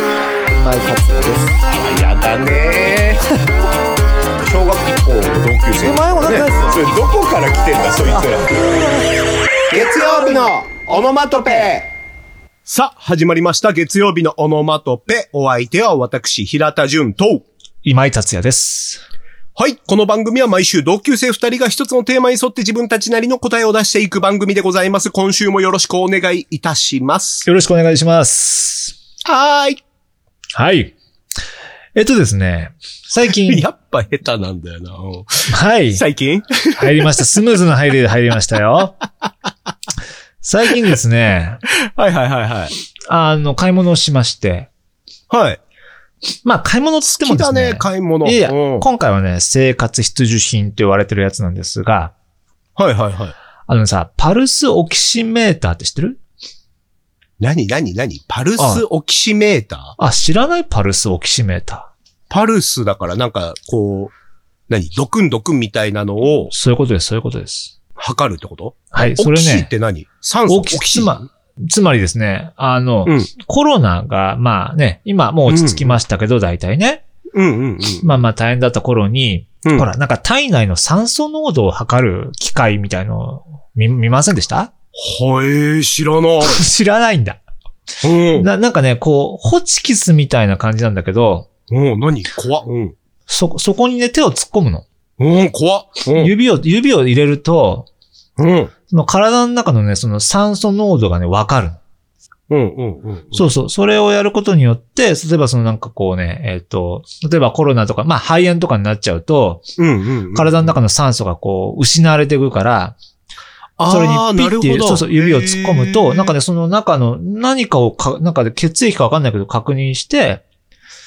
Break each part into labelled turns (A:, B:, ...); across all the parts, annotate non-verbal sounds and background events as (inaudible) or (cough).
A: 今井達也です
B: あやだ
A: (laughs)
B: ねー小学校の同級生
A: お前もなんか
B: ねそれどこから来てんだそいつら
A: 月曜日のオノマトペ
B: さあ始まりました月曜日のオノマトペお相手は私平田純と
C: 今井達也です。
B: はい。この番組は毎週同級生二人が一つのテーマに沿って自分たちなりの答えを出していく番組でございます。今週もよろしくお願いいたします。
C: よろしくお願いします。
B: はーい。
C: はい。えっとですね、最近、
B: やっぱ下手なんだよな。うん
C: はい、
B: 最近
C: 入りました。スムーズな入りで入りましたよ。最近ですね、
B: はいはいはいはい。
C: あの、買い物をしまして、
B: はい。
C: まあ、買い物っつって
B: 好
C: も
B: き
C: で
B: だ
C: すね、
B: ね、買い物。
C: いやいや、
B: うん
C: 今回はね、生活必需品って言われてるやつなんですが、
B: はいはいはい。
C: あのさ、パルスオキシメーターって知ってる
B: 何何何パルス
C: あ
B: オキシメーター
C: あ、知らないパルスオキシメーター。
B: パルスだからなんか、こう、何ドクンドクンみたいなのを
C: そういうことです、そういうことです。
B: 測るってこと
C: はい、それ
B: オキシっ
C: ね、
B: て何酸素
C: オキシ、ま、つまりですね、あの、
B: うん
C: コロナが、まあね、今もう落ち着きましたけど、大体ね。
B: うんうん
C: まあまあ大変だった頃に、
B: うん。うん
C: ほ。ら、なんか体内の酸素濃度を測る機械みたいのを見、見ませんでした
B: はい、知らない。
C: (laughs) 知らないんだ。
B: うん。
C: な、なんかね、こう、ホチキスみたいな感じなんだけど、
B: うん、何怖っ。うん。
C: そ、そこにね、手を突っ込むの。
B: うん、怖っ。うん。
C: 指を、指を入れると、
B: うん。
C: その体の中のね、その酸素濃度がね、わかるの。
B: うん、うん、うん。
C: そうそう。それをやることによって、例えばそのなんかこうね、えっ、と、例えばコロナとか、まあ肺炎とかになっちゃうと、
B: うん、うんうん。
C: 体の中の酸素がこう、失われていくから、
B: あー、
C: それにピッて
B: なるほど
C: そうそう、指を突っ込むと、なんか、
B: へ
C: ね、その中の何かをか、なんかで血液かわかんないけど確認して、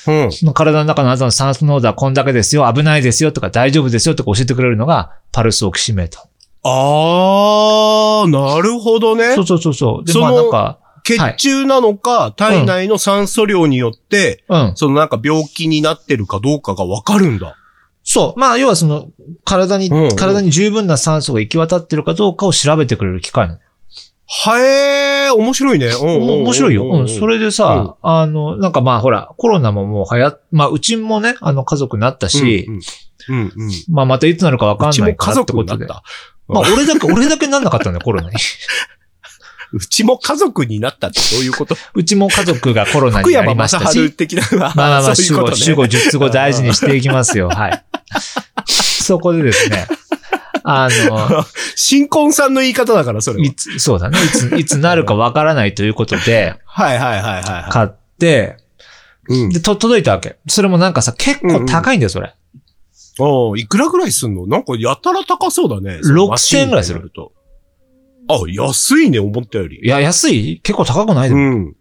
B: ーうん。
C: その体の中のあなたの酸素濃度はこんだけですよ、危ないですよとか大丈夫ですよとか教えてくれるのが、パルスオキシメータ
B: あー、なるほど
C: ー。
B: ね
C: そう。そうそうそう。で、
B: その
C: まあなんか、
B: 血中なのか、体内の酸素量によって、
C: うん。
B: そのなんか病気になってるかどうかがわかるんだ。
C: そう。まあ、要はその、体に、
B: うんうん
C: 体に十分な酸素が行き渡ってるかどうかを調べてくれる機械なの。
B: はえー、面白いね。うんうんうんうん
C: 面白いよ。うん。それでさ、あの、なんかまあほら、コロナももう流行っ、まあうちもね、あの家族になったし、
B: うんうん、うんうん。
C: まあまたいつなるかわか
B: うんち
C: な
B: も
C: いか
B: 家
C: らっ
B: 族
C: てこ
B: に
C: と
B: な
C: で。
B: っ
C: ま
B: た
C: あ。俺だけ、俺だけなんなかったんだよ、コロナに。 (laughs)
B: うちも家族になったってどういうこと
C: うちも家族がコロナ
B: 福
C: になり
B: 山
C: ま
B: 雅
C: した
B: 治
C: し。
B: 的なのは、
C: まあまあまあ、
B: そうい
C: 主
B: うこ
C: 語、
B: とね。
C: 主語、術語大事にしていきま
B: (laughs)
C: すよ。はい。そこでですね、あの、
B: (laughs) 新婚さんの言い方だから、それ
C: い
B: は。
C: つ、そうだね。いつ、いつなるかわからないということで、
B: はいはいはいはいは
C: 買って、
B: い。うん。
C: で、と、届いたわけ。それもなんかさ、結構高いんだよ、それ。
B: ああ、いくらぐらいすんのなんかやたら高そうだね。
C: 6000円ぐらいす
B: マシンって
C: る
B: なると。あ、安いね、思ったより。
C: いや、安い結構高くないで
B: う
C: も
B: ん。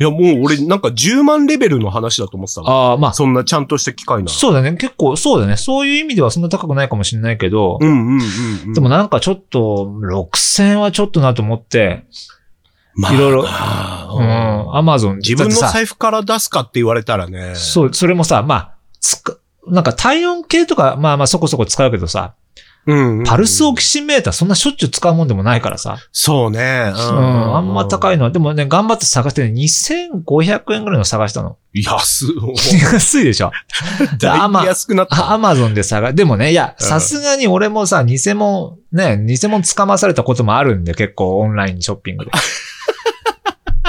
B: いや、もう俺、なんか10万レベルの話だと思ってたの
C: ああ、まあ、
B: そんなちゃんとした機械なら。
C: そうだね。結構、そうだね。そういう意味ではそんな高くないかもしれないけど、
B: うんうんうんうん。
C: でもなんかちょっと、6000はちょっとなと思って、
B: まあ、
C: いろい
B: ま
C: ろうん、
B: あうん
C: アマゾン
B: 自分の
C: さ、
B: 財布から出すかって言われたらね。
C: そう、それもさ、まあ、つく、なんか体温計とか、まあまあそこそこ使うけどさ、
B: うんうん。
C: パルスオ
B: キ
C: キシメーターそんなしょっちゅう使うもんでもないからさ、
B: そうね。う
C: うん、あんま高
B: い。
C: いのは、でもね、頑張って探してね、2500円ぐらいの探したの。
B: 安い。
C: (laughs) 安いでしょ
B: (laughs) だいぶ
C: まあ
B: 安くなった。
C: あアマゾンで探、でもね、いや、
B: うん
C: さすがに俺もさ、偽物、ね、偽物捕まされたこともあるんで、結構オンラインショッピン
B: (laughs)
C: グで。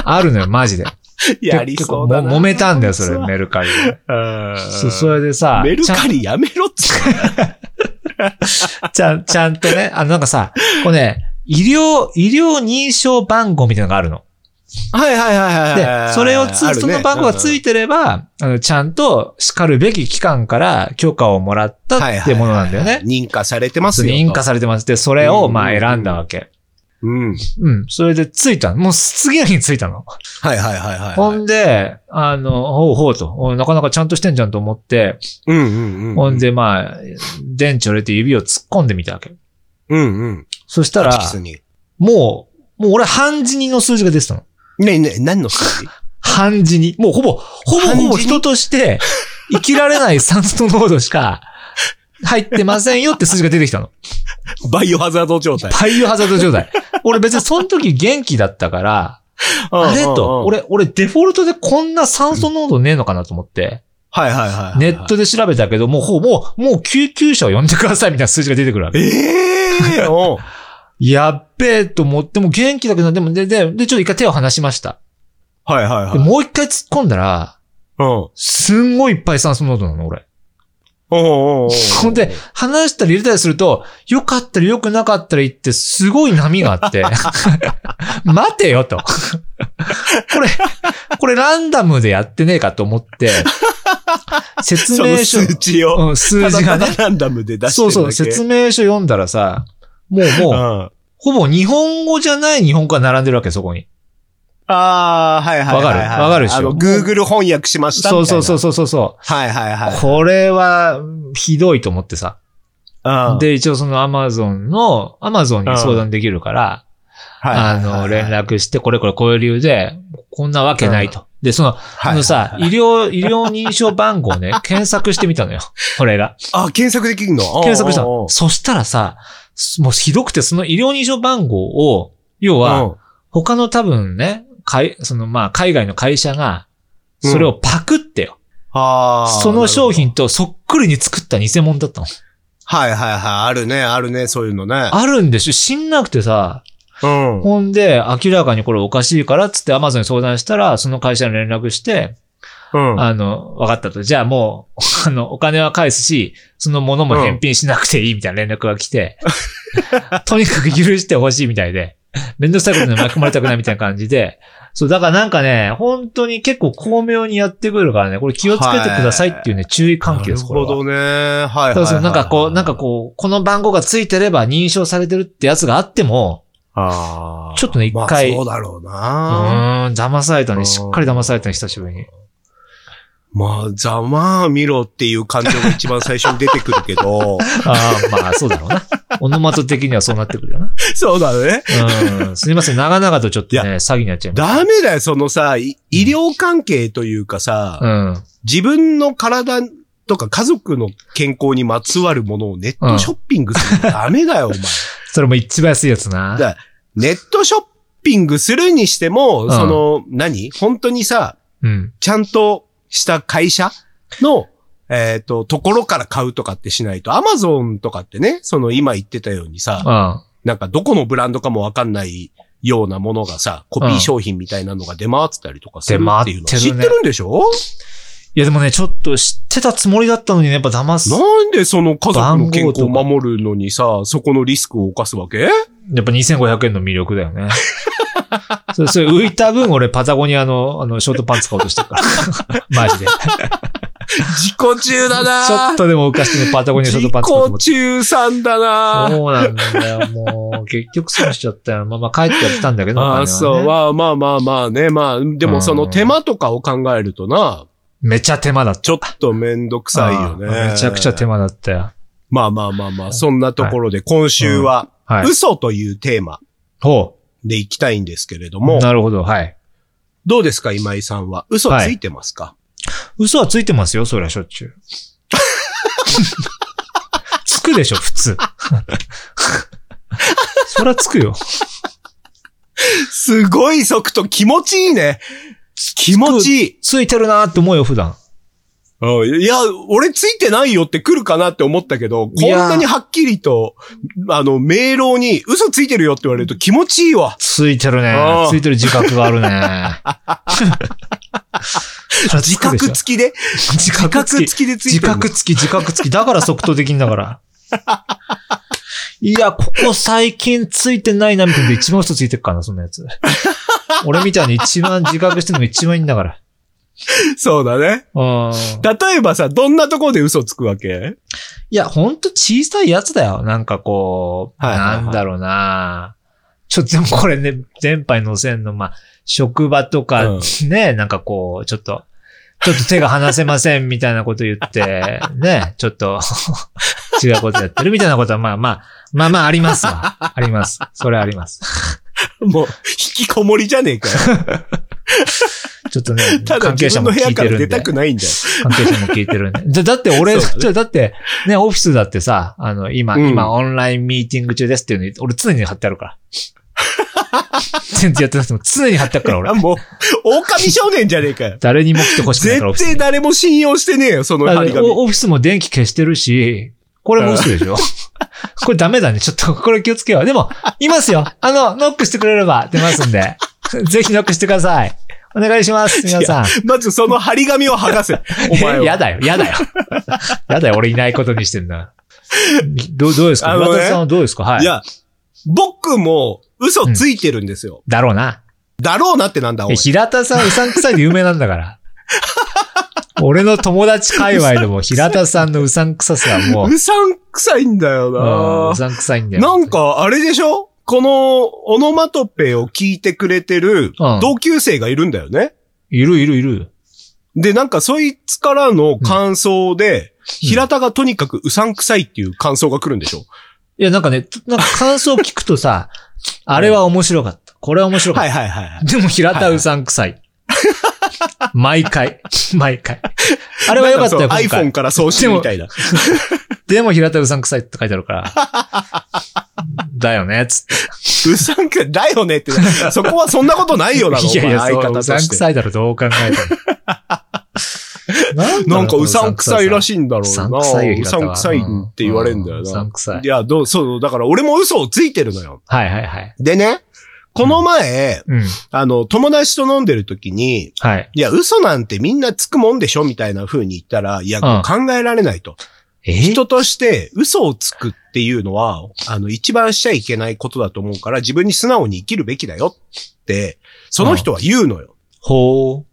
C: あるのよ、マジで。
B: (laughs) やりそうだ
C: 結
B: な。
C: 構も揉めたんだよ、それ、
B: う
C: メルカリで。
B: ん
C: そそれでさ、
B: メル
C: ちゃ
B: カリやめろっつって。
C: んちゃん、ちゃんとね、あの、なんかさ、これね、医療、医療認証番号みたいなのがあるの。
B: はいはいはいはい。
C: で、それをつ、その番号がつい
B: て、
C: てれば、あの、ちゃんと叱るべき機関から許可をもらったってものなんだよね。
B: 認可されてますよ。
C: 認可
B: さ
C: されてます。で、それを、まあ、
B: うん
C: 選んだわけ。
B: うん。
C: うん。それで着いたの。もう次の日に着いたの。
B: はいはいはいはい
C: ほ
B: はい。
C: んで、あの、ほうほうと。おなかなかちゃんとしてんじゃんと思って、
B: うんうんうん。
C: ほん。で、まあ、電池を入れて指を突っ込んでみたわけ。
B: うんうん。
C: そしたら、
B: 実に。
C: もう、もう俺半死にの数字が出てたの。
B: ねえねえ、何の数字
C: 半死に。もうほぼ、ほぼ
B: 半死に
C: ほぼ人として、生きられない酸素濃度しか、入ってませんよって数字が出てきたの。
B: (laughs) バイオハザード状態。
C: バイオハザード状態。俺別にその時元気だったから、あれと、。俺、俺デフォルトでこんな酸素濃度ねえのかなと思って、
B: はいはいはいはい。
C: ネットで調べたけど、もうほぼ、もう、もう救急車を呼んでくださいみたいな数字が出てくるわけ。
B: ええおう
C: やっべえと思って、もう元気だけど、でも、で、で、で、ちょっと一回手を離しました。
B: はいはいはい。
C: でもう一回突っ込んだら、
B: うん。
C: すんごいいっぱい酸素濃度なの、俺。
B: おうおうおう
C: ほんで、離したり入れたりすると、良かったり良くなかったり言って、すごい波が (laughs) あって、待てよと。これ、これランダムでやってねえかと思って、説
B: その
C: 明書、
B: 数値を。
C: うん、数字が
B: ただ
C: ね
B: た、だランダムで出して
C: そ
B: る
C: う
B: だけ。
C: そう、説明書読んだらさ、もう
B: う
C: もう、
B: ん。
C: ほぼ日本語じゃない日本語が並んでるわけ、そこに。
B: ああ、はいはいはいはい。
C: わかるわかるでしょ
B: あの、Google 翻訳しましたみたい
C: そう
B: な。
C: そうそうそうそう。
B: はいはいはい。
C: これは、ひどいと思ってさ。
B: うん、
C: で、一応その Amazon の、Amazon に相談できるから、
B: はいはい
C: あ
B: はいはい
C: の、連。絡して、これこれこういう理由で、こんなわけないと。で、その、
B: は
C: あ
B: い
C: のさ、医療、医療認証番号ね、検索してみたのよ。 (laughs) 俺が。
B: あ、検索できるの
C: 検索し
B: お
C: た
B: うおうお
C: の。
B: う
C: そしたらさ、もうひどくて、その医療認証番号を、要
B: う
C: は、
B: ん
C: 他の多分ね、海、そのまあ、海外の会社が、それをパクってよ。
B: あー
C: その商。品とそっくりに作った偽物だったの。
B: なるほどはいはいはい。あるね、あるね、そういうのね。
C: あるんでしょ知んなくてさ、
B: うん。
C: ほんで、明らかにこれおかしいからっつって Amazon に相談したら、その会社に連絡して、
B: うん。
C: あの、わかったと。じゃあもう、あの、お金は返すし、そのものも返品しなくていいみたいな連絡が
B: (laughs)
C: 来て、とにかく許してほしいみたいで、めんどくさいことに巻き込まれたくないみたいな感じで、そう、だからなんかね、本当に結構巧妙にやってくるからね、これ気をつけてくださいっていうね、注意喚起です、これ
B: なるほ
C: は。
B: どね。はいはいはい
C: そ
B: は
C: う
B: い。
C: そう、なんかこう、なんかこう、この番号がついてれば認証されてるってやつがあっても、
B: あー
C: ちょっとね一回
B: まあそうだろう
C: う
B: な。
C: ーん、騙された
B: う
C: ね。
B: ん
C: しっかり騙されたね、久しぶりに。
B: まあ、ざまあ見ろっていう感情が一番最初に出てくるけど。
C: ああ、まあ、そうだろうな。オノマト的にはそうなってくるよな。
B: (laughs) そうだね。
C: うん。すみません、長々とちょっと
B: い
C: ね、詐欺になっちゃいまし
B: ダメだよ、そのさ、い医療関係というかさ、
C: た。うん。
B: 自分の体とか家族の健康にまつわるものをネットショッピングするのダメだ (laughs) よ、お前。
C: それも一番安いやつな。
B: だネットショッピングするにしても、
C: ん
B: その、何本当にさ、
C: うん。
B: ちゃんとした会社の、えっ、と、ところから買うとかってしないと、アマゾンとかってね、その今言ってたようにさ、
C: うん。
B: なんかどこのブランドかもわかんないようなものがさ、コピ
C: う
B: ー
C: ん
B: 商品みたいなのが出回ってたりとかするっていうの
C: 出回って
B: 知っ
C: るね
B: てるんでしょ
C: いや、でもね、ちょっと知ってたつもりだったのにね、やっぱ騙す。
B: なんでその家族の健康を
C: 番号とか
B: 守るのにさ、そこのリスクを犯すわけ
C: やっぱ2500円の魅力だよ
B: (laughs)
C: ね。それ、それ浮いた分、俺、パタゴニアの、あの、ショートパンツ買おうとして
B: (laughs)
C: るから。マジで。ち
B: 自己中だな
C: ょっとでも浮かしてね、パタゴニアショー
B: 自
C: トパンツ買おうと思って
B: 己中さんだな
C: そうなんだよ、もう。結局損しちゃったよ。まあまあ帰ってはきたんだけど、お金は
B: あ
C: ね
B: あ、そう。まあまあまあまあね。まあ、でもそうの
C: ん
B: 手間とかを考えるとな、
C: めちゃ手間だった。
B: ちょっとめんどくさいよね
C: あ。あめちゃくちゃ手間だったよ。
B: まあまあまあまあ、そんなところで今週は、
C: はい。
B: 嘘というテーマ
C: ほ
B: でいきたいんですけれど
C: う。
B: も、
C: なるほど、はい。
B: どうですか、今井さんは。嘘ついてますか、
C: 嘘はついてますよ、そりゃしょっち (laughs) ゅう。つくでしょ、普 (laughs) 通。そりゃつくよ。
B: すごい速度、気持ちいいね。気持ちいい。
C: ついてるなーって思うよ、普段。
B: うんいや、俺ついてないよって来るかなって思ったけど、こん
C: いや
B: なにはっきりと、あの、明朗に嘘ついてるよって言われると気持ちいいわ。
C: ついてるね
B: ああ。
C: ついてる自覚があるね。 (laughs) そりゃつ
B: 自
C: くでし
B: 覚
C: ょ
B: 付きで。
C: 自
B: 自覚付きでつい
C: 自
B: てるの。
C: 覚つき、自覚つき。だから即答できんだから。いや、ここ最近ついてないな、みたいなので一番嘘ついてっからな、そんなやつ。俺みたいに一番自覚してるのが一番いいんだから。
B: そうだね。
C: うん。
B: 例えばさ、どんなところで嘘つくわけ
C: いや、ほんと小さいやつだよ。なんかこう、
B: はいはいはい
C: なんだろうなちょっとでもこれね、前回載せんの、まあ、職場とか
B: うん
C: ね、なんかこう、ちょっと、ちょっと手が離せませんみたいなこと
B: (laughs)
C: 言って、ね、ちょっと違うことやってるみたいなことは、まあまあ、まあまあありますわ。あります。それはあります。
B: もう、引きこもりじゃねえか
C: (laughs)
B: よ。
C: ちょっとね、
B: ただ
C: 関係
B: 自
C: 者
B: 分の
C: も
B: 部
C: 聞
B: 屋
C: いて
B: から
C: るん
B: 出
C: で。
B: たくないんだよ。
C: 関係者も聞いてるんで。だだって俺、
B: そう
C: ちょだって、ね、オフィスだってさ、あの、今、
B: うん
C: 今オンラインミーティング中ですっていうのに、俺常に貼ってあるから。全然やってなくても常に貼ってあくから、
B: あ、
C: 俺。
B: もう、狼少年じゃねえか
C: (laughs)
B: よ。
C: 誰にも来てほしくないから、オ
B: 絶
C: フィ
B: 対
C: ス
B: 誰も信用してねえよ、その
C: だ
B: 張
C: か
B: り
C: ら
B: 紙。
C: おオフィスも電気消してるし、これも嘘でしょこれダメだね。ちょっと、これ気をつけよう。でも、いますよ。あの、ノックしてくれれば出ますんで。ぜひノックしてください。お願いします、皆さん。
B: まずその張り紙を剥が
C: (laughs)
B: せ。お前は。
C: やだよ、
B: (laughs)
C: やだよ。やだよ、俺いないことにしてんな。どう、どうですか
B: あのね
C: 村田さんはどうですかはい
B: い。や、僕も嘘ついてるんですよ。
C: だろうな。
B: だろうなってなんだ、お
C: え
B: い。
C: 平田さん、うさんくさいで有名なんだから。俺の友達界隈でも平田さんのうさんくささはもう、
B: うさんくさいんだよ
C: うん
B: な
C: う。さんくさいんだよ。
B: なん、か、あれでしょこの、オノマトペを聞いてくれてる
C: うん、
B: 同級生がいるんだよね。
C: いるいるいる。
B: で、なんか、そいつからの感想で、平田がとにかくうさんくさいっていう感想が来るんでしょ
C: いや、なんかね、なんか感想を聞くとさ、あれは面白かった。これは面白かっ
B: はいはいはいは
C: た。でも平田うさん
B: (laughs)
C: くさい。毎回。毎回。あ
B: い。
C: れは良かった
B: な
C: よ、
B: んか
C: 今回。
B: そう iPhone から送信みたいな。
C: でも平田うさんくさいって書いてある (laughs) から。だよね、つって。
B: うさんくさい、だよねって。そこはそんなことないよなの、
C: (laughs) いやいや、
B: お前
C: そ
B: 相方
C: う、う
B: と
C: さんく
B: して。
C: さいだろ、どう考えても。なんだろ
B: なんかうさんくさいら
C: い。
B: しいんだろう
C: う
B: な。
C: さんくさいよ、
B: う
C: 平
B: さ
C: 田
B: ん
C: は
B: くさいって言われるんだよな。
C: ううさんくさい
B: い。や、どう、そう、だから俺も嘘をついてるのよ。
C: はいはいはい。
B: でね、この前、
C: うん。
B: あの、友達と飲んでる時に、
C: はい。
B: いや、嘘なんてみんなつくもんでしょみたいな風に言ったら、いや、
C: うん
B: 考えられないと。
C: え
B: 人として嘘をつくっていうのは、あの、一番しちゃいけないことだと思うから、自分に素直に生きるべきだよって、その人は言うのよ。
C: ほ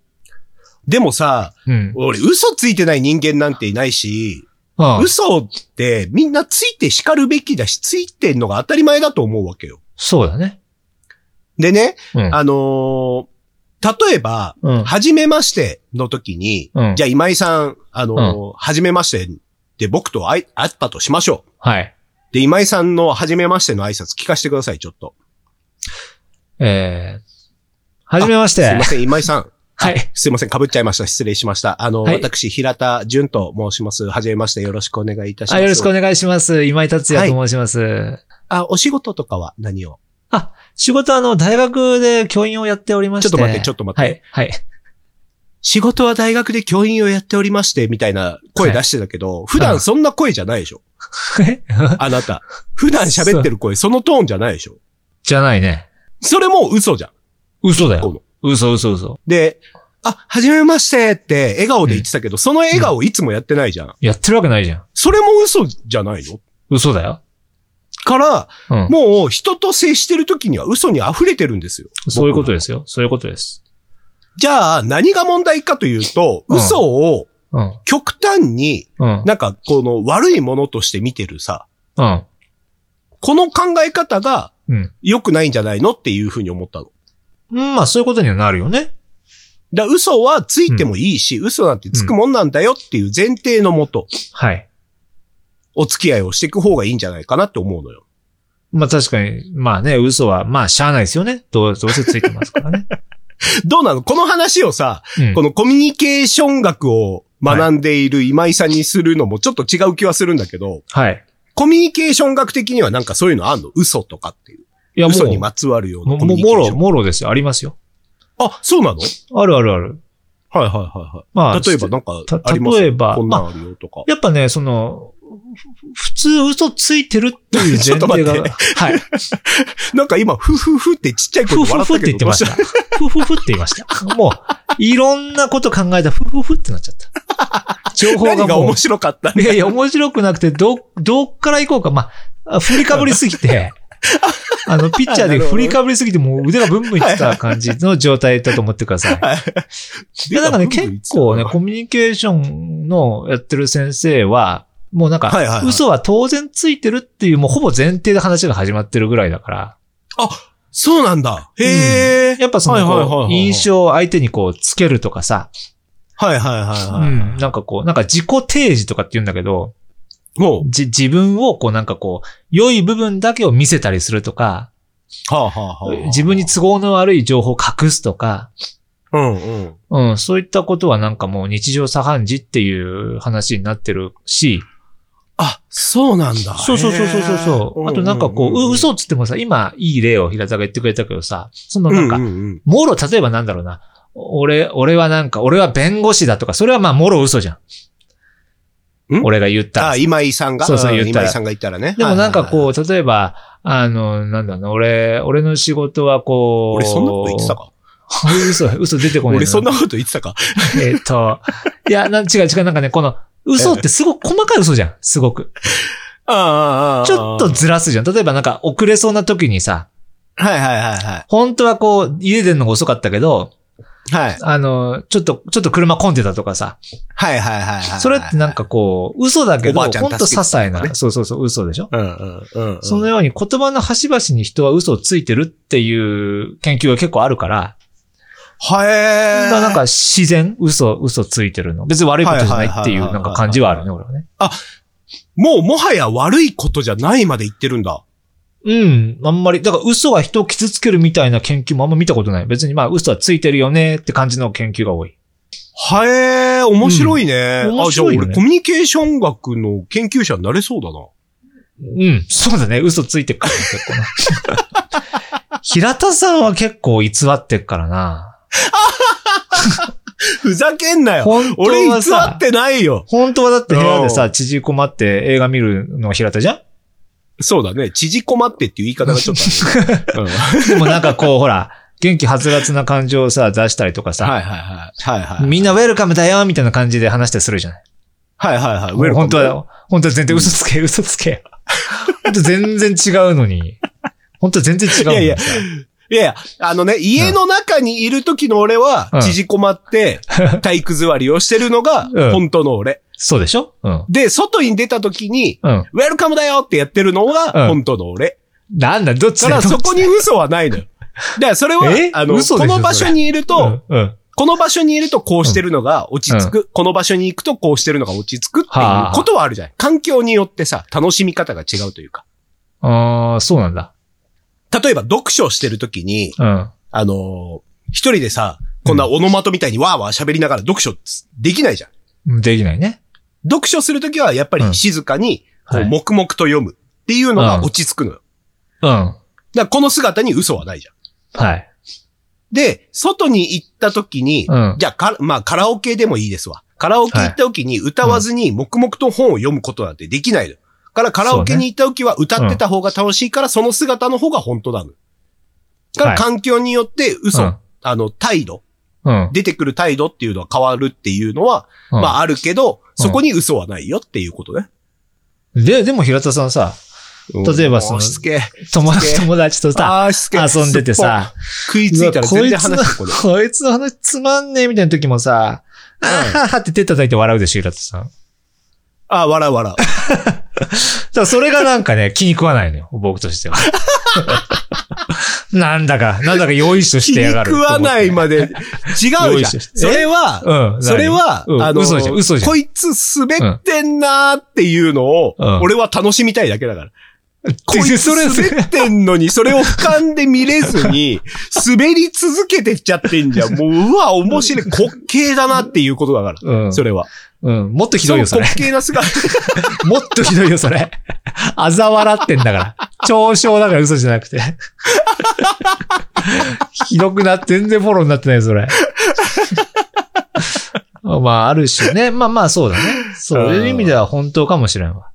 B: でもさ、
C: う。うん。
B: 俺、嘘ついてない人間なんていないし、
C: うん。
B: 嘘ってみんなついて叱るべきだし、ついてんのが当たり前だと思うわけよ。
C: そうだね。
B: でね、
C: うん。
B: あのー例えば、
C: うん。
B: はじめましての時に、
C: うん
B: じゃあ今井さん、あのー、はじめましてで僕と会い会ったとしましょ
C: はい。
B: う。で、今井さんのはじめましての挨拶聞かせてください、ちょっと。
C: えー、はじめまし
B: すい
C: て
B: ま。せん、今井さん。
C: はい。
B: すいません、被っちゃいました。失礼しました。あの、
C: はい
B: 私、平田純と申します。はじめまして、よろしくお願いいたしま
C: あ、
B: す。
C: よろしくお願いします。今井達也と申します。
B: あ、お仕事とかは何を
C: あ、仕事はあの、大学で教員をやっておりまし
B: ちょ
C: て。
B: っと待って、ちょっと待って。
C: はい。はい。
B: 仕事は大学で教員をやっておりまして、みたいな声出してたけど、普段そんな声じゃないでしょ。
C: (laughs)
B: あなた。普段喋ってる声、そのトーンじゃないでしょ。
C: じゃないね。
B: それもう嘘じゃん。
C: 嘘だ
B: この
C: よ。嘘嘘嘘。
B: で、あ、はじめましてって笑顔で言ってたけど、その笑顔いつもやってないじゃん。
C: やってるわけないじゃん。
B: それも嘘じゃないの
C: 嘘だよ。
B: から、
C: うん。
B: もう人と接してる時には嘘に溢れてるんですよ。
C: そういうことですよ。そういうことです。
B: じゃあ、何が問題かというと、
C: うん
B: 嘘を
C: うん。
B: 極端に
C: うん。
B: なんかこの悪いものとして見てるさ、
C: うん。
B: この考え方が
C: うん。
B: 良くないんじゃないのっていうふうに思ったの。
C: うんまあ、そういうことにはなるよね。
B: だから嘘はついてもいいし、嘘なんてつくもんなんだよっていう前提のもと、
C: はい。
B: お付き合いをしていく方がいいんじゃないかなって思うのよ。
C: まあ、確かに、まあね、嘘は、まあ、しゃあないですよね。どう、どうせついてますからね。
B: どうなのこの話をさ、
C: うん
B: このコミュニケーション学を学んでいる今井さんにするのもちょっと違う気はするんだけど、
C: (laughs) はい。
B: コミュニケーション学的にはなんかそういうのあんの嘘とかっていう。
C: いや、も
B: 嘘に
C: う
B: まつわるような
C: も、
B: コミュ
C: も
B: ニケー
C: も
B: ション。
C: ろ、もろですよ。ありますよ。
B: あ、そうなのはい
C: あるあるある。
B: はいはいはい。
C: まあ、
B: 例えばなんか
C: た
B: あります
C: 例えば
B: こんなんあるよとか。
C: やっぱね、その、ふ普通嘘ついてるって (laughs) いう前
B: ちょっと待
C: 提
B: っ
C: が、
B: て
C: はい。
B: なんか今、ふふふってちっちゃい声
C: ふ
B: で
C: ふ
B: 笑っ
C: ふ
B: た
C: って
B: け
C: 言って
B: ど、
C: まし
B: ど
C: た。ふふふって言いました。もう、いろんなこと考えたふふふってなっちゃった。
B: (laughs)
C: 情
B: うし
C: 報
B: た何
C: が
B: が
C: も
B: 面
C: う、
B: 白かった
C: (laughs) いやいや、面白くなくて、ど、どっから行こうか。まあ、あ振りかぶりすぎ (laughs) て、あの、ピッチャーで振りかぶりすぎて、もう腕がブンブンいってた感じの状態だと思ってください。いや、なんか (laughs) ね、結構ね、コミュニケーションのやってる先生は、もうなん
B: はいはい
C: か
B: は、い
C: 嘘は当然ついてるっていう、もうほぼ前提で話が始まってるぐらいだから、
B: そうなんだ。へえ。
C: やっぱそ
B: はいはいはい
C: の
B: は、い
C: 印象を相手にこう、つけるとかさ、
B: はいはいは
C: う
B: い
C: ん、なんかこう、なんか自己提示とかって言うんだけど、
B: はい。もう、
C: じ、自分をこうなんかこう、良い部分だけを見せたりするとか、
B: はあはあはあ。
C: 自分に都合の悪い情報を隠すとか、
B: うんうん。
C: うん、そういったことはなんかもう日常茶飯事っていう話になってるし、
B: あ、そうなんだ。
C: そうそうそうそうそうそう。あとなんかこう、う
B: 嘘
C: 嘘っつってもさ、今いい例を平田が言ってくれたけどさ、そのなんか、
B: うんうんうん
C: もろ、例えばなんだろうな。俺、俺はなんか、俺は弁護士だとか、それはまあ、もろ嘘じゃん。
B: ん
C: 俺が言った
B: あ、。今井さんが
C: そうそう言った
B: 今
C: ら
B: 井さんが言ったらね。
C: でもなんか
B: う、
C: こう、例えば、あの、なんだろうな、俺、俺の仕事はこう、
B: 俺そんなこと言ってたか
C: (laughs) 嘘、嘘出てこない。
B: 俺そんなこと言ってたか
C: (laughs) えっと、いや、なん違う違う、なんかね、この、嘘ってすごく細かい嘘じゃん、すごく。
B: ああああ
C: ちょっとずらすじゃん。例えばなんか遅れそうな時にさ、
B: はいはいはいは
C: 本当はこう、家出るのが遅かったけど、
B: い。はい。
C: あの、ちょっと、ちょっと車混んでたとかさ、
B: はいはいはいはい。
C: それってなん、かこう、嘘だけど、
B: おばあ
C: 本
B: ちゃん
C: 当些細
B: 助けてとか
C: な、
B: ね
C: そうそうそう、嘘でしょ、
B: うんうんうんうん。
C: そのように言葉の端々に人は嘘をついてるっていう研究が結構あるから、
B: はえー。
C: まあなんか自然嘘、嘘ついてるの。別に悪いことじゃないっていうなんか感じはあるね、俺はね。
B: もうもはや悪いことじゃないまで言ってるんだ。
C: うん。あんまり、だから嘘が人を傷つけるみたいな研究もあんま見たことない。別にまあ嘘はついてるよねって感じの研究が多い。
B: はえー、面白いね。
C: うん面
B: あ、じゃあ
C: 白いよね
B: 俺コミュニケーション学の研究者になれそうだな。
C: うん。そうだね。嘘ついてるからね結構な。 (laughs) 平田さんは結構偽ってっからな。
B: ふざけんなよ。
C: 本当
B: 俺偽
C: は
B: っ
C: さ、
B: てないよ。
C: 本当はだって部屋で
B: う
C: さ、縮こまって映画見るのは平田じゃん
B: そうだね。縮こまってっていう言い方がちょっとあるね、うん
C: でもなんか (laughs) こう、ほら、元気はつらつな感情をさ、出したりとかさ、
B: はいはいはい。はいはい。
C: みんなウェルカムだよみたいな感じで話したりするじゃない
B: はいはいはい。
C: 俺本当
B: だよ。
C: は、本当は全然嘘つけ、嘘つけ。本当全然違うのに。本当全然違うのに。
B: いやいやいやいや、あのね、家の中にいる時の俺は
C: うん、
B: 縮こまって、体育座りをしてるのが
C: うん、
B: 本当の俺。
C: そうでしょうん。
B: で、外に出た時に、
C: うん。
B: ウェルカムだよってやってるの
C: うん
B: が、本当の俺。
C: なんだ、どっち
B: だ
C: だ
B: から
C: どっちだ
B: そこに嘘はないのよ。だからそれは
C: え、
B: あの、
C: 嘘でし
B: こ
C: ょ
B: の場所にいる
C: う
B: と、
C: ん。うん。
B: この場所にいるとこうしてるのが落ち着く。この場所に行くとこうしてるのが落ち着くっていうことはあるじゃない。環境によってさ、楽しみ方が違うというか。
C: ああ、そうなんだ。
B: 例えば読書をしてる時に、
C: うん。
B: あのー一人でさ、こんなオノマトみたいにわーわー喋りながら読書できないじゃん。
C: できないね。
B: 読書するときはやっぱ
C: うん
B: り静かに、こ
C: は
B: う
C: い
B: 黙々と読むっていうの
C: う
B: が
C: ん
B: 落ち着くのよ。
C: うん。は
B: だからこの姿に嘘はないじゃん。
C: い。
B: で、外に行ったときに、
C: うん
B: じゃあか、まあカラオケでもいいですわ。カラオケ行ったときに歌わずに黙々と本を読むことなんてできないの。からカラオケに行ったときは歌ってた方が楽しいから、その姿の方が本当なの。だから
C: はい
B: 環境によって嘘、
C: うん
B: あの、態度、
C: うん。
B: 出てくる態度っていうのは変わるっていうのは、まああるけど、
C: うん
B: そこに嘘はないよっていうことね。
C: うん。で、でも平田さんさ、例えばその
B: うんしつけえ。
C: 友
B: すげえ
C: 友達とさ、
B: あー、しつけえ
C: 遊んでてさ、
B: すっぽん。食いついたら全然
C: うわ
B: 話してこない。
C: こいつの話つまんねえみたいな時もさ、あははって手叩いて笑うでしょ、平田さん。だか
B: あー、笑う笑う。
C: らそれがなんかね、気に食わないのよ、僕としては。 (laughs) なんだか、なんだか用意書し
B: 気
C: て
B: に
C: やがる
B: 食
C: と思って。
B: わないまで、違うじゃ
C: (laughs) 用
B: ん。
C: 意してる
B: それは、
C: うん。何
B: それは、
C: うん
B: あの、
C: 嘘じゃん、嘘じゃん
B: こ。いつ滑ってんなーっていうのを、
C: うん
B: 俺は楽しみたいだけだ
C: (laughs)
B: から。こいつ
C: それ
B: 滑ってんのに、それを俯瞰で見れずに、
C: (laughs)
B: 滑り続けてっちゃってんじゃん。もう、うわ、面白い。滑稽だなっていうことだから。
C: うん。
B: それは。
C: うん。もっとひどいよ、それ。
B: の滑稽な姿。
C: (laughs) もっとひどいよ、それ。あざ笑ってんだから。嘲笑だから嘘じゃなくて。 (laughs) ひどくな、全然フォローになってないよ、それ。 (laughs) まあ、ある種ね。まあまあ、そうだね。そういう意味では本当かもしれんわ。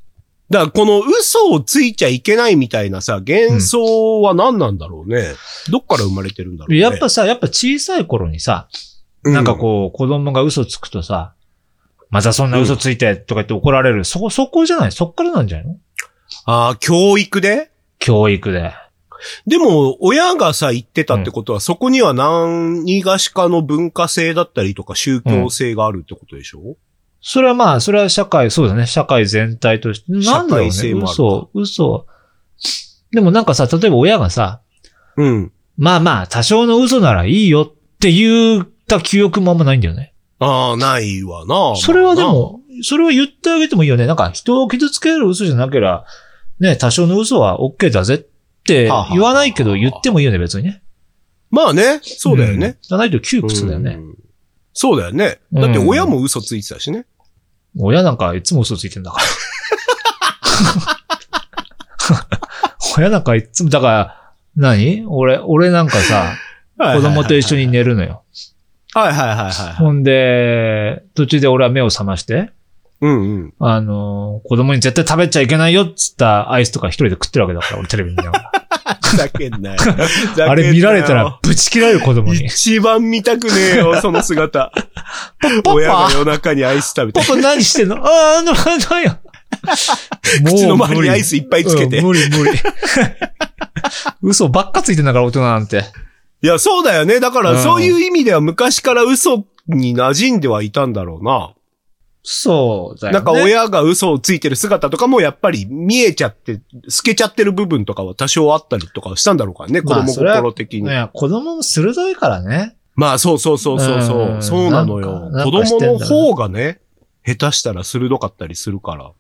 B: だから、この嘘をついちゃいけないみたいなさ、幻想は何なんだろうね。どっから生まれてるんだろうね。
C: やっぱさ、やっぱ小さい頃にさ、
B: う、
C: なんかこう、子供が嘘つくとさ、またそんな嘘ついてとか言って怒られる。そこ、そこじゃないそっからなんじゃないの
B: ああ、教育で
C: 教育で。
B: でも、親がさ、言ってたってことは、そこには何がしかの文化性だったりとか宗教性があるってことでしょ、
C: それはまあ、それは社会、そうだね。社会全体として。なんだろうね。
B: 社会性もあるか
C: 嘘、嘘。でもなんかさ、例えば親がさ、
B: うん、
C: まあまあ、多少の嘘ならいいよって言った記憶もあんまないんだよね。
B: ああ、ないわな。
C: それはでも、それは言ってあげてもいいよね。なんか人を傷つける嘘じゃなければ、ね、多少の嘘は OK だぜって
B: はあはあ
C: 言わないけど言ってもいいよね、別にね。
B: まあ。まあね、そうだよね
C: ん。。じゃないと窮屈だよね。
B: うんそうだよね。だって親も嘘ついてたしね。
C: 親なんかいつも嘘ついてんだから。 (laughs) 親なんかいつも、だから、何俺、俺なん
B: (laughs)
C: かさ、子供と一緒に寝るのよ。
B: はいはいはいはい。
C: ほんで、途中で俺は目を覚まして、
B: うんうん。
C: あの、子供に絶対食べちゃいけないよっつったアイスとか一人で食ってるわけだから、俺テレビ見なが
B: (laughs)
C: ら。
B: ふざけんなよ。
C: (laughs) あれ見られたら、ぶち切られる子供に。
B: 一番見たくねえよ、その姿。
C: パ
B: 親が夜中にアイス食べて
C: パ。パ何して (laughs) んのあーあの、なん (laughs) や。もう
B: 口の周り
C: 無
B: に
C: 理
B: アイスいっぱいつけて
C: うん無理無理。 (laughs) 嘘ばっかついてんだから、大人なんて。
B: いや、そうだよね。だか
C: う
B: ら、
C: ん
B: そういう意味では昔から嘘に馴染んではいたんだろうな。
C: そうだよね。
B: なんか親が嘘をついてる姿とかもやっぱり見えちゃって、透けちゃってる部分とかは多少あったりとかしたんだろうからね、子
C: まあ
B: 供
C: それは
B: 心的に。
C: い
B: まあ、
C: や、子供も鋭いからね。
B: そうそうそうそうそうう。
C: ん
B: そうなのよ
C: なん
B: 子
C: かなんかして
B: 供
C: んだ
B: の
C: よね
B: 方がね、下手したら鋭かったりするから。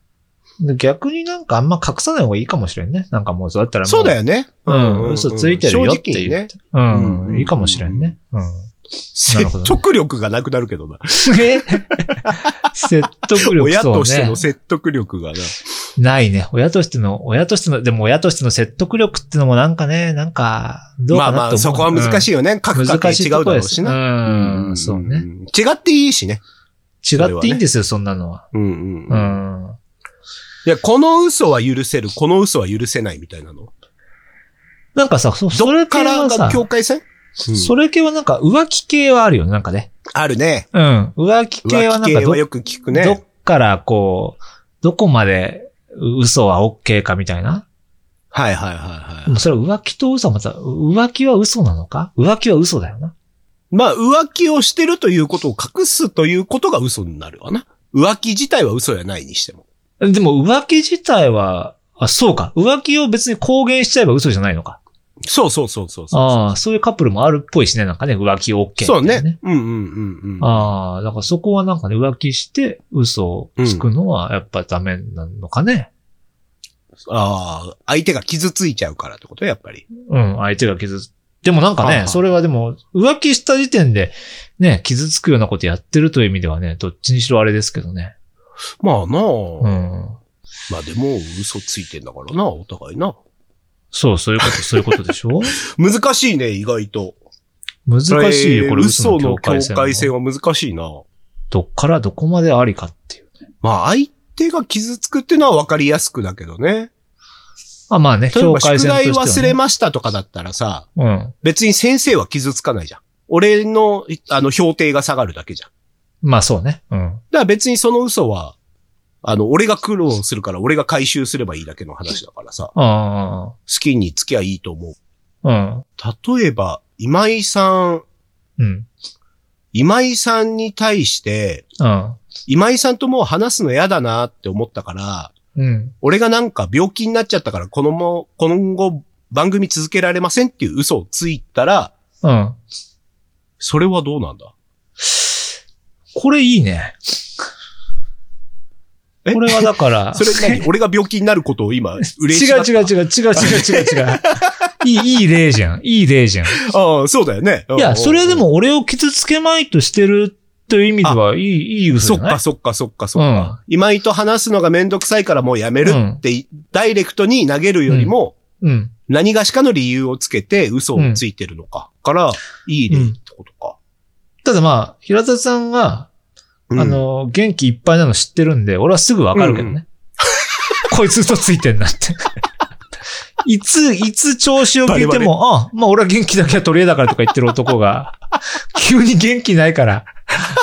C: で逆になんかあんま隠さない方がいいかもしれんね。なんかもうそうだったらも
B: そうだよね。
C: うん嘘ついてるよっていう
B: 正直にね。
C: うん、
B: うん
C: いいかもしれんね。うん。なる
B: 説
C: ほどね
B: 得力がなくなるけどな。
C: (laughs) え (laughs) 説得力
B: 親
C: そう
B: として
C: ね
B: の。説得力がな。
C: ないね。親としての、親としての、でも親としての説得力ってのもなんかね、なんか、どう
B: ま
C: か
B: あ
C: な
B: ま
C: って思う。
B: あ、そこは難しいよね。
C: う
B: 各
C: ん。
B: 家庭
C: 難し
B: 違
C: いうとこ
B: だろ
C: で
B: う
C: す
B: しな。
C: うん、そうね。
B: ん。違っていいしね。
C: 違っていいんですよ、そんなのは。
B: うんうん
C: う
B: うん。
C: ん。
B: いや、この嘘は許せる、この嘘は許せないみたいなの。
C: なんかさ、そそ
B: ど
C: れ
B: っ
C: 系
B: から
C: は
B: が
C: さ、
B: 境界線
C: それ系はなんか浮気系はあるよね、なんかね。
B: あるね。
C: うん。浮気
B: 浮
C: 系
B: 気
C: はなんか
B: 系
C: ど、
B: はよく聞く
C: どっ
B: ね。
C: からこう、どこまで嘘は OK かみたいな。
B: はいはいはい
C: で
B: は
C: も
B: い。
C: それ浮気と嘘はまた、浮気は嘘なのか浮気は嘘だよな。
B: まあ、浮気をしてるということを隠すということが嘘になるわな。浮気自体は嘘やないにしても。
C: でも浮気自体は、あ、そうか。浮気を別に公言しちゃえば嘘じゃないのか。
B: そうそうそうそうそう。
C: ああ、そういうカップルもあるっぽいしね、なんかね、浮気 OK みたいな。
B: そうね。。うんうんうんうん。
C: ああ、だからそこはなんかね、浮気して嘘をつくのはやっぱダメなのかね。
B: ああ、相手が傷ついちゃうからってことやっぱり。
C: うん、相手が傷つ、でもなんか
B: はいは
C: ね、
B: い
C: それはでも、浮気した時点で、ね、傷つくようなことやってるという意味ではね、どっちにしろあれですけどね。
B: まあなあ、
C: うん。
B: まあでも嘘ついてんだからな、お互いな。
C: そう、そういうこと、そういうことでし
B: (laughs)
C: ょ
B: 難しいね、意外と。
C: 難しいよ、これ嘘の境界
B: 嘘
C: 線
B: の境
C: は。
B: 界線は難しいな。
C: どっからどこまでありかっていう。
B: まあ相手が傷つくってのは分かりやすくだけどね。
C: あ、まあね、
B: 例え
C: 境
B: ば
C: 界
B: 宿
C: 線とし
B: 題
C: ては、ね。
B: 忘れましたとかだったらさ、
C: うん。
B: 別に先生は傷つかないじゃん。俺の、いあの、評定が下がるだけじゃん。
C: まあそうね。うん。
B: だから別にその嘘は、あの、俺が苦労するから俺が回収すればいいだけの話だからさ、
C: あ
B: 好きに付きゃいいと思う。
C: あ、うん。
B: 例えば、今井さん、
C: うん。
B: 今井さんに対して、
C: うん。
B: 今井さんともう話すの嫌だなって思ったから、
C: うん。
B: 俺がなんか病気になっちゃったから、このも、今後番組続けられませんっていう嘘をついたら、
C: うん。
B: それはどうなんだ
C: これいいね。
B: え
C: これはだ (laughs) から、
B: それ何俺が病気になることを今、嬉しい。
C: 違う違う違う違う違う違う違う。 (laughs) いい、いい例じゃん。いい例じゃん。
B: ああ、そうだよね。
C: いや、それで、も俺を傷つけまいとしてるという意味では、いい、いい嘘
B: そっ
C: じゃない
B: かそっかそっかそっか。今井と話すのがめんどくさいからもうやめるって、ダイレクトに投げるよりも、
C: うん。
B: 何がしかの理由をつけて嘘をついてるのか。から、いいねってことか。
C: ただまあ、平田さんが、
B: うん
C: あ、の、元気いっぱいなの知ってるんで、俺はすぐわかるけどね。
B: うんう
C: (laughs) こいつ嘘ついてんなって。 (laughs) いつ、いつ調子を聞い
B: バ
C: て
B: レ
C: も、あ、まあ俺は元気だけは取り柄だからとか言ってる男が、 (laughs) 急に元気ないから、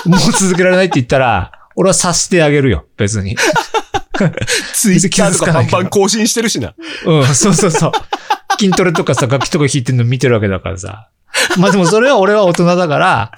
C: もう続けられないって言ったら、俺は察してあげるよ、別に。
B: ツイッターとかパンパン更新してるしな。
C: うん、そうそうそう。筋トレとかさ、楽器とか弾いてるの見てるわけだからさ。まあでもそれは俺は大人だから、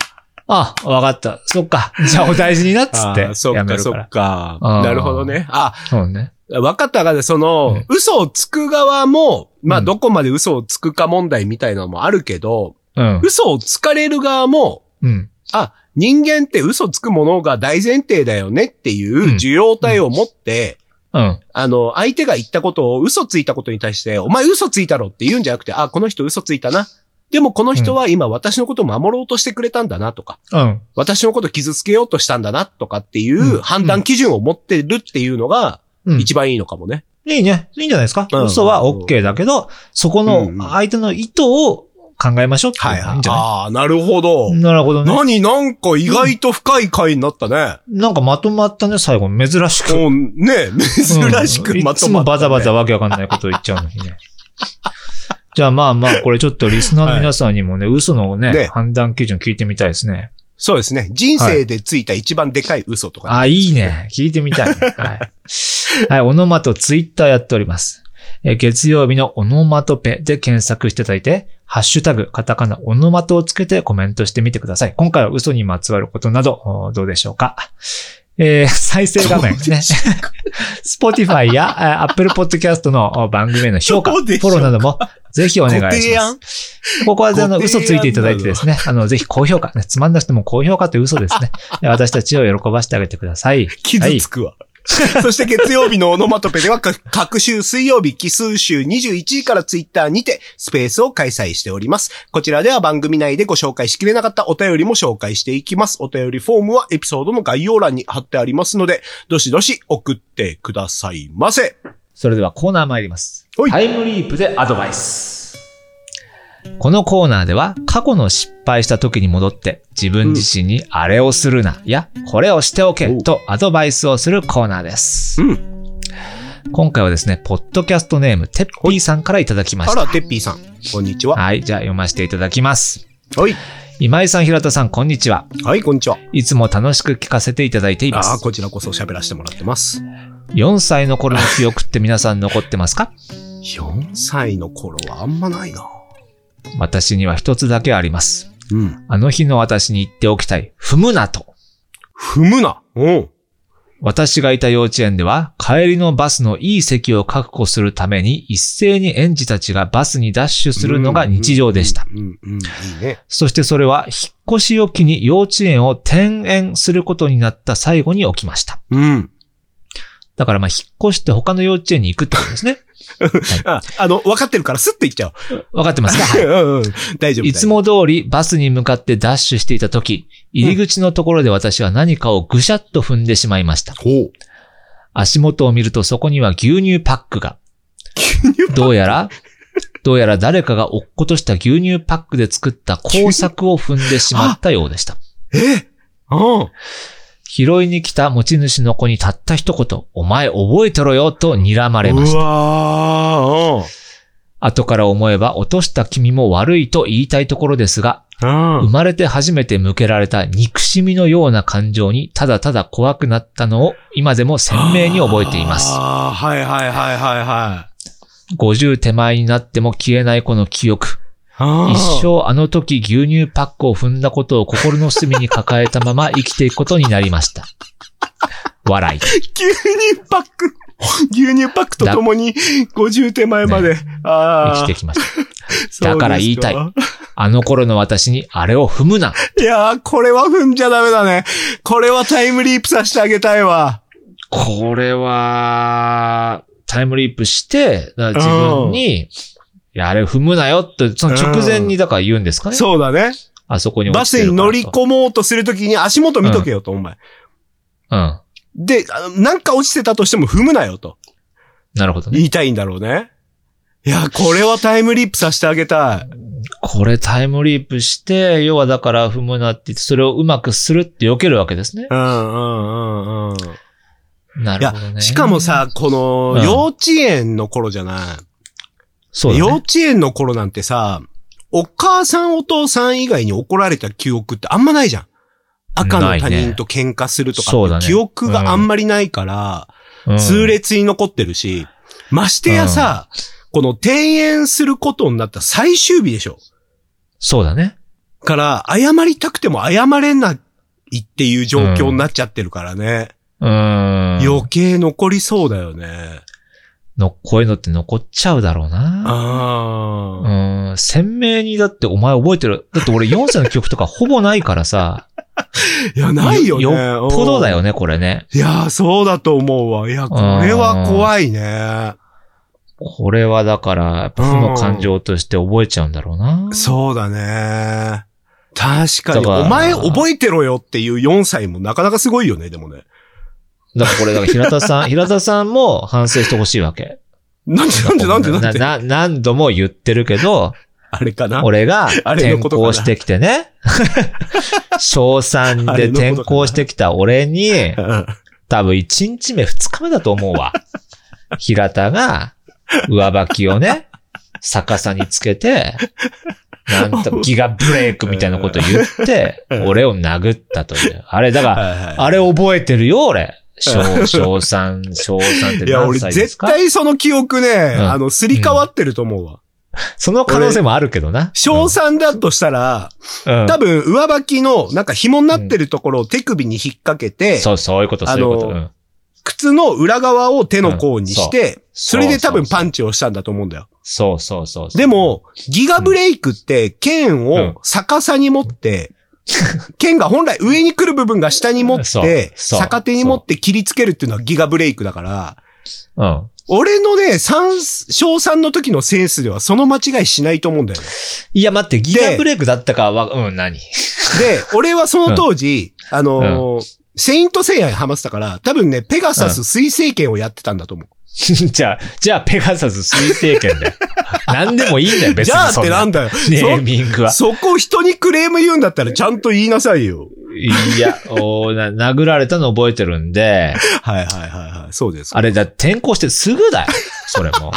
C: あ、わかった。そっか。じゃあお大事になっつっ
B: あ
C: て
B: あ、そ
C: や
B: っ
C: め
B: か
C: る
B: そ
C: か
B: っ
C: ら。
B: か。
C: うん
B: なるほどね。あ、
C: そうね。
B: 分かったが、その、
C: うん
B: 嘘をつく側も、まあ、
C: うん
B: どこまで嘘をつくか問題みたいなのもあるけど、
C: うん。
B: 嘘をつかれる側も、
C: うん。
B: あ、人間って嘘つくものが大前提だよねっていう受容体を持って、
C: うん。
B: あの、相手が言ったことを嘘ついたことに対して、お前嘘ついたろって言うんじゃなくて、あ、この人嘘ついたな。でもこの人は今私のことを守ろうとしてくれたんだなとか、
C: うん。
B: 私のこと傷つけようとしたんだなとかっていううん判断基準を持ってるっていうのが
C: うん。
B: 一番いいのかもね。
C: いいね。いいんじゃないですか。
B: うん
C: 嘘は OK だけど、そこの相手の意図を考えましょうっていうのがいいんじゃな
B: ああ、なるほど。
C: いなるほどね。
B: 何なんか意外と深い回になったね。
C: なんかまとまったね、最後。珍しく。
B: もうね、 (laughs) 珍し
C: う
B: くまと
C: ん
B: ま
C: いつも
B: った、
C: バタバタ。わけわかんないこと言っちゃうのにね。じゃあまあまあ、これちょっとリスナーの皆さんにもね、嘘のね、
B: ね
C: 判断基準聞いてみたいですね。
B: そうですね。人生でついた一番でかい嘘とか、
C: あ、いいね。聞いて
B: (laughs)
C: みたい。はい。はい、オノマトツイッターやっております。えー月曜日のオノマトペで検索していただいて、ハッシュタグ、カタカナ、オノマトをつけてコメントしてみてください。今回は嘘にまつわることなど、おどうでしょうか。えー再生画面ね。Spotify やあ Apple Podcast のお番組への評価、フ
B: どうでし
C: ォ
B: ょうか
C: ローなども、ぜひお願いし
B: ご
C: ま
B: 提案
C: す。ここは、あの、
B: ご提案
C: 嘘ついていただいてですね、あの、ぜひ高評価、ね、つまんなくても高評価という嘘
B: (laughs)
C: ですね。え私たちを喜ばせてあげてください。
B: 傷つくわ。そして月曜日のオノマトペでは、か各週水曜日、奇数週21時からツイッターにてスペースを開催しております。こちらでは番組内でご紹介しきれなかったお便りも紹介していきます。お便りフォームはエピソードの概要欄に貼ってありますので、どしどし送ってくださいませ。
C: それではコーナー参ります。
B: はい
C: タイムリープでアドバイス。このコーナーでは過去の失敗した時に戻って自分自身にあれをするなやこれをしておけ
B: おう
C: とアドバイスをするコーナーです。
B: う
C: 今回はですね、ポッドキャストネームてっぴーさんからいただきまし
B: あ
C: た。
B: ら、てっぴーさん、こんにちは。
C: はい、じゃあ読ませていただきます。
B: はい。
C: 今井さん、平田さん、こんにちは。
B: はい、こんにちは。
C: いつも楽しく聞かせていただいていま
B: ああ、
C: す。
B: こちらこそ喋らせてもらってます。
C: 4歳の頃の記憶って皆さん残ってますか
B: 4歳の頃はあんまないな。
C: 私には一つだけあります。
B: うん。
C: あの日の私に言っておきたい、踏むなと。
B: 踏むな。うん。
C: 私がいた幼稚園では、帰りのバスのいい席を確保するために、一斉に園児たちがバスにダッシュするのが日常でした。
B: うん、うん、うんいいね。
C: そしてそれは、引っ越しを機に幼稚園を転園することになった最後に起きました。
B: うん。
C: だからまあ、引っ越して他の幼稚園に行くってことですね。
B: あ、あの、分かってるからスッと行っちゃおう。
C: わかってますかは
B: (laughs)
C: い
B: うんうん大丈夫。
C: いつも通りバスに向かってダッシュしていた時、入り口のところで私は何かをぐしゃっと踏んでしまいました。
B: 大丈夫。ほう。
C: 足元を見るとそこには牛乳パックが。どうやら、どうやら誰かが落っことした牛乳パックで作った工作を踏んでしまったようでした。
B: えうん。
C: 拾いに来た持ち主の子にたった一言、お前覚えてろよと睨まれまし
B: う
C: た。
B: わ
C: 後から思えば落とした君も悪いと言いたいところですが、
B: ーうん。う
C: 生
B: ん。
C: まれて初めて向けられた憎しみのような感情にただただ怖くなったのを今でも鮮明に覚えています。
B: ああ、はいはいはいはいは
C: 50手前になっても消えないこの記憶。
B: い。
C: 一生あの時牛乳パックを踏んだことを心の隅に抱えたま (laughs) ま生きていくことになりました。笑い。
B: 生。牛乳パック。牛乳パックとともに50手前まで。
C: 生
B: あ
C: き
B: あ。
C: てきました。
B: そうです
C: だから言いたい
B: い
C: あの頃の私にあれを踏むな。
B: やー、これは踏んじゃダメだね。これはタイムリープさせてあげたいわ。
C: これは、タイムリープして、だから自分に、いや、あれ踏むなよって、その直前にだから言うんですかね。
B: そうだね。
C: あそこに落
B: バ
C: ちて
B: ス
C: る
B: に
C: から
B: 乗り込もうとするときに足元見とけよと、お前。
C: うん。
B: で、あのなんか落ちてたとしても踏むなよと
C: なるほどね。
B: 言いたいんだろうね。いや、これはタイムリープさせてあげたい。
C: これタイムリープして、要はだから踏むなって言って、それをうまくするって避けるわけですね。
B: うんうんうんうん。
C: ないる
B: や
C: ほど、ね。
B: しかも、さ、こ
C: う
B: の
C: ん
B: 幼稚園の頃じゃない、
C: そうだ
B: 幼
C: ね。
B: 稚園の頃なんてさ、お母さんお父さん以外に怒られた記憶ってあんまないじゃん。赤の他人と喧嘩すると
C: そう
B: か
C: だ
B: って
C: ね
B: 記憶があんまりないから、
C: うん
B: 痛烈に残ってるし、ましてやさ、この転園することになった最終日でしょ。
C: そうだね。
B: から、謝りたくても謝れないっていう状況になっちゃってるからね。
C: うーん。
B: 余計残りそうだよね。
C: の、こういうのって残っちゃうだろうな。う
B: ああ。
C: ーん。鮮明にだってお前覚えてる。だって俺4歳の記憶とかほぼないか
B: (laughs)
C: らさ。
B: いや、ないよね。
C: よっぽどだ
B: うん。
C: よね、これね。
B: いや、そうだと思うわ。いや、これは怖いね。
C: これはだから、やっぱ負の感情として覚えちゃうんだろうな。
B: そうだね。確か
C: だ
B: に、
C: から
B: お前覚えてろよっていう4歳もなかなかすごいよね、でもね。
C: だからこれ、だから平田さ
B: (laughs)
C: ん、平田さんも反省してほしいわけ。
B: なんでなんでなんでなんで
C: な何度も言ってるけど、
B: あれかな
C: 俺が
B: あれ
C: 転
B: のことかな
C: 校してき
B: (laughs)
C: てね、小3で転校してきた俺に、
B: うん
C: 多分1日目2日目だと思う
B: (laughs)
C: わ。平田が上履きをね、逆さにつけて、な
B: (laughs)
C: んとギガブレイクみたいなこと言って、俺を殴ったという。あれ、だから、
B: はいはい
C: あれ覚えてるよ、俺。小、小三、小三って
B: いや、
C: 何
B: 俺
C: 歳です
B: 絶
C: か
B: 対その記憶ね、
C: ん
B: あの、すり替わってると思うわ。
C: その可能性もあるけどな。
B: 小3だとしたら、
C: うん、うん
B: 多分上履きのなんか紐になってるところを手首に引っ掛けて、
C: そう、そういうこと、そういうこと。
B: あの
C: うん
B: 靴の裏側を手の甲にして、そ
C: そう
B: れで多分
C: そうそう
B: パンチをしたんだと思うんだよ。
C: そうそうそうそう。
B: で、も、ギガブレイクって剣
C: うん
B: を逆さに持っ
C: (laughs)
B: て、剣が本来上に来る部分が下に持っ
C: そう
B: て、
C: そう
B: 逆手に持って切りつけるっていうのはギガブレイクだから、
C: うん。
B: 俺のね、三、小3の時のセンスではその間違いしないと思うんだよ
C: (laughs)
B: ね。
C: いや、待って、ギガブレイクだったかは、うん、何
B: で、俺はその当時、あのーセイントセイヤにハマってたから、多分ね、ペガサス水星剣をやってたんだと思う。
C: じゃあ、じゃあ、ペガサス推定権 (laughs) だよ。何でもいいんだよ、別
B: じゃあ
C: に
B: っ
C: そん
B: てな
C: な。
B: んだよ。
C: ネーミングは。
B: そこ人にクレーム言うんだったらちゃんと言いなさいよ。
C: いや、おーな殴られたの覚えてるんで、
B: はいはいはいはい。そうです。
C: あれだ、転校してすぐだよ。それも。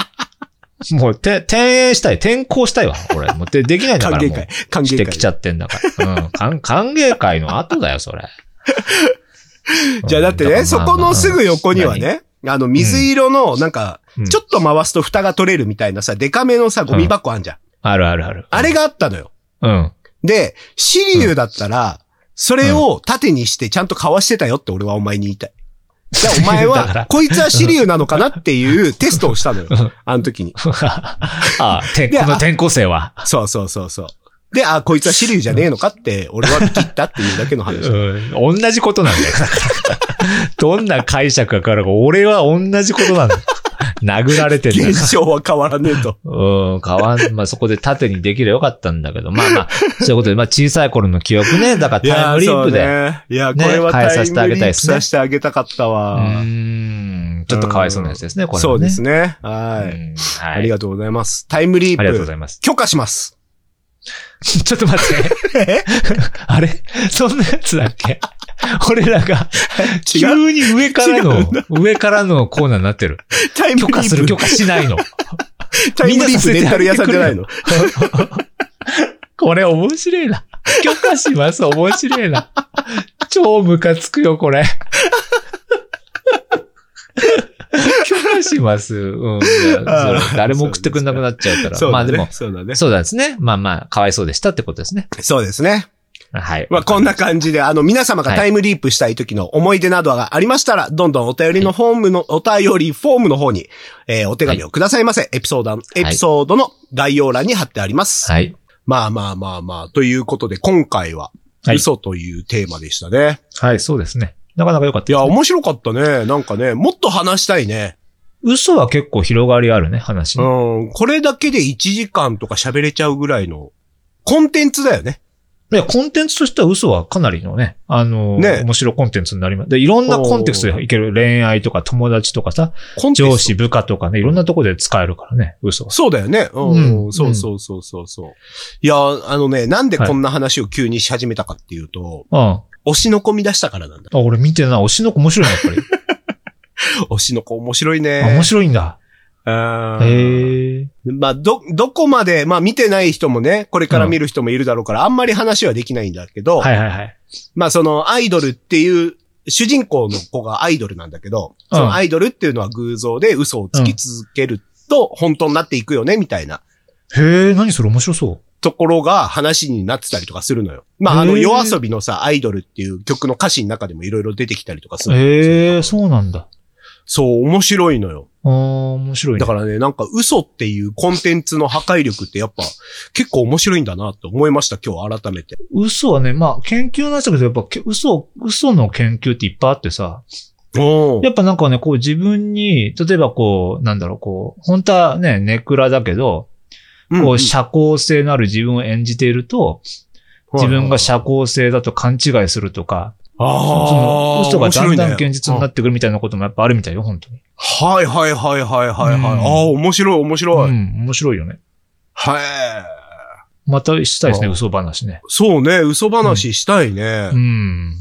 C: もう、て、転園したい。転校したいわ。俺。もう、で、できないんだ
B: 歓
C: から
B: 迎
C: も
B: 会
C: う。。
B: 歓
C: し
B: 迎
C: てきち
B: 会。
C: ゃってんだから。うん。歓歓迎会の後だよ、それ。
B: じゃあだってね、そこのすぐ横には。ね、あの水色のなんか
C: うん、
B: ちょっと回すと蓋が取れるみたいなさ、デカめのさ、ゴミ箱あんじゃん。
C: まあまあまあうんあるあるある。
B: あれがあったのよ。
C: うん。
B: で、シリウだったら、それを縦にしてちゃんとかわしてたよって俺はお前に言いたい。じゃあお前
C: (laughs) だから
B: は、こいつはシリウなのかなっていうテストをしたのよ。あの
C: (laughs)
B: 時に。
C: ああ、て
B: で
C: この転校生は。
B: そうそうそうそう。で、あ、こいつはシリウじゃねえのかって、俺は切ったっていうだけの話。
C: うん。同じことなんだよ。 (laughs) どんな解釈が変わるか、俺は同じことなんだよ。殴られてんだから
B: (laughs) 現象は変わらねえと。
C: うん、変わん、まあ、そこで縦にできればよかったんだけど、まあまあ、そういうことで、まあ、小さい頃の記憶ね、だからタイムリープで。
B: いうやー,そうね、いや
C: ね
B: これはタ
C: 変えさ
B: イ
C: せてあ
B: ム
C: げ
B: リ
C: たい
B: ー
C: で
B: プ
C: すね
B: させてあげたかったわ。
C: ーん、ちょっとかわいそうなやつですね、これ、ね。
B: そうですね。
C: うん。
B: はい、
C: はい。
B: ありがとうございます。タイムリープ。
C: ありがとうございます。
B: 許可します。
C: (laughs) ちょっと待って。あれそんなやつだっけ俺らが、
B: 違う。
C: 急に上からの、上からのコーナーになってる。
B: タイムリー
C: 許
B: プ。
C: 可する、許可しないの。
B: タイムリープレンタル屋さんじゃないの。
C: これ面白いな。許可します、面白いな。超ムカつくよ、これ。許可します。うん。いやそれ誰も送ってくんなくなっちゃうから。
B: そう
C: ま
B: だ
C: あで
B: ね
C: も。、
B: そうだね。
C: そうなんですね。まあまあ、かわいそうでしたってことですね。
B: そうですね。
C: はい。
B: まあ、こんな感じで、あの、皆様がタイムリープしたい時の思い出などがありましたら、どんどんお便りのフォームの、お便りフォームの方に、えーお手紙をくださいませ。エピソード、エピソードの概要欄に貼ってあります。
C: はい。
B: まあまあまあまあ、ということで、今回は、
C: はい
B: 嘘というテーマでしたね。い、
C: はい、そうですね。なかなか良かった。
B: や、面白かったね。なんかね、もっと話したいね。
C: 嘘は結構広がりあるね、話
B: う
C: に。
B: ん、これだけで1時間とか喋れちゃうぐらいの、コンテンツだよね。
C: いや、コンテンツとしては嘘はかなりのね、あの、
B: ね
C: 面白いコンテンツになります。で、いろんなコンテクストでいける。恋愛とか友達とかさ、
B: コンテンツ。
C: 上司、部下とかね、いろんなとこで使えるからね、嘘は。
B: そうだよね。うん、
C: うん
B: そうそうそうそうそう。いや、あのね、なんでこんな話を急にし始めたかっていうと、
C: うん。あ、
B: 推しの子見出したからなんだ。
C: 俺見てない。推しの子面白いな、や
B: (laughs)
C: っぱり。
B: 推しの子面白いね。
C: あ面白いんだ。
B: うん
C: へえ。
B: まあ、ど、どこまで、まあ見てない人もね、これから見る人もいるだろうから、あんまり話はできないんだけど、
C: はいはいはい。
B: まあそのアイドルっていう、主人公の子がアイドルなんだけど、
C: うん
B: そのアイドルっていうのは偶像で嘘をつき続けると本当になっていくよね、みたいな
C: へえ、何それ面白そう。
B: ところが話になってたりとかするのよ。まああ
C: へ
B: の
C: ー
B: 夜遊びのさ、アイドルっていう曲の歌詞の中でもいろいろ出てきたりとかするのよ
C: へえ、そうなんだ。
B: そう、面白いのよ。
C: あー、面白いね
B: だ。からね、なんか嘘っていうコンテンツの破壊力ってやっぱ結構面白いんだなと思いました、今日改めて。
C: 嘘はね、まあ、研究なんだけど、やっぱけ嘘、嘘の研究っていっぱいあってさ、
B: お
C: やっぱなんかね、こう自分に、例えばこう、なんだろう、こう、本当はね、ネクラだけど、こう、社交性のある自分を演じていると、自分が社交性だと勘違いするとか、
B: あ
A: そ
B: あ。
A: の嘘がだんだん
B: 面白い
A: 現
B: ね
A: 実になってくるみたいなこともやっぱあるみたいよ、本当に。
B: はいはいはいはいはいはい。
A: うん
B: ああ、面白い面白
A: う
B: い。
A: ん、面白いよね。
B: はい。
A: またしたいですね、
B: ああ
A: 嘘話ね。
B: そうね、嘘話したいね。
A: うん。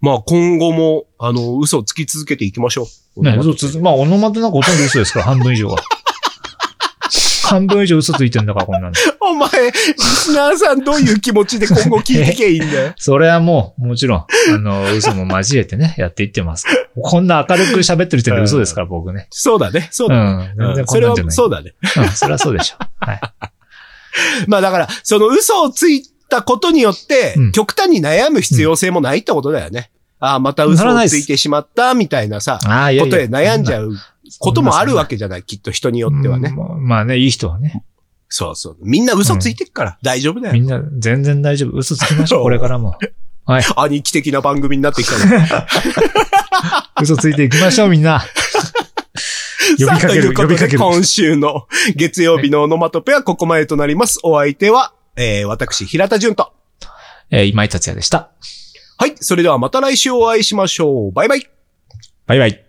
B: まあ今後も、あの、嘘をつき続けていきましょう。
A: ね、嘘つ、まあ、オノマトなんかほとんど嘘ですから、半分以上が。 (laughs) 半分以上嘘ついてんだから、こんなの。。
B: お前、リスナーさんどういう気持ちで今後聞いてけばいいんだよ
A: それはもう、もちろん、あの、嘘も交えてね、やっていってますから。こんな明るく喋ってる時点で嘘ですから、僕ね。
B: (laughs) そうだね、そう
A: う
B: だね。
A: ん。全
B: うん
A: 然こ
B: そ
A: ん
B: れ
A: なん
B: は
A: じゃ、ない。
B: そうだね。
A: うん、それはそうでしょ。はい。
B: まあだから、その嘘をついたことによって
A: うん、
B: 極端に悩む必要性もないってことだよね。ああ、また嘘
A: ならな
B: を
A: いっ
B: つ
A: す
B: いてしまった、みたいなさ、
A: ああ、いや
B: こ
A: い
B: と
A: や。
B: で悩んじゃうこともあるわけじゃない、きっと人によっては
A: うん
B: ね。
A: まあまあね、いい人はね。
B: そうそう。みんな嘘ついてっから大丈夫だ
A: み
B: よ。
A: んな、全然大丈夫。嘘つき (laughs) ましょう、これからも。はい。
B: 兄貴的な番組になってきた (laughs) ね
A: 嘘ついていきましょう、みんな。呼びか
B: さあと
A: け
B: い
A: る、
B: うこ
A: 呼
B: と
A: びか
B: で、
A: ける。
B: 今週の月曜日のオノマトペはここまでとなります。お相手は、えー、私、平田純と。
A: えー今井達也でした。
B: はい。それではまた来週お会いしましょう。バイバイ。
A: バイバイ。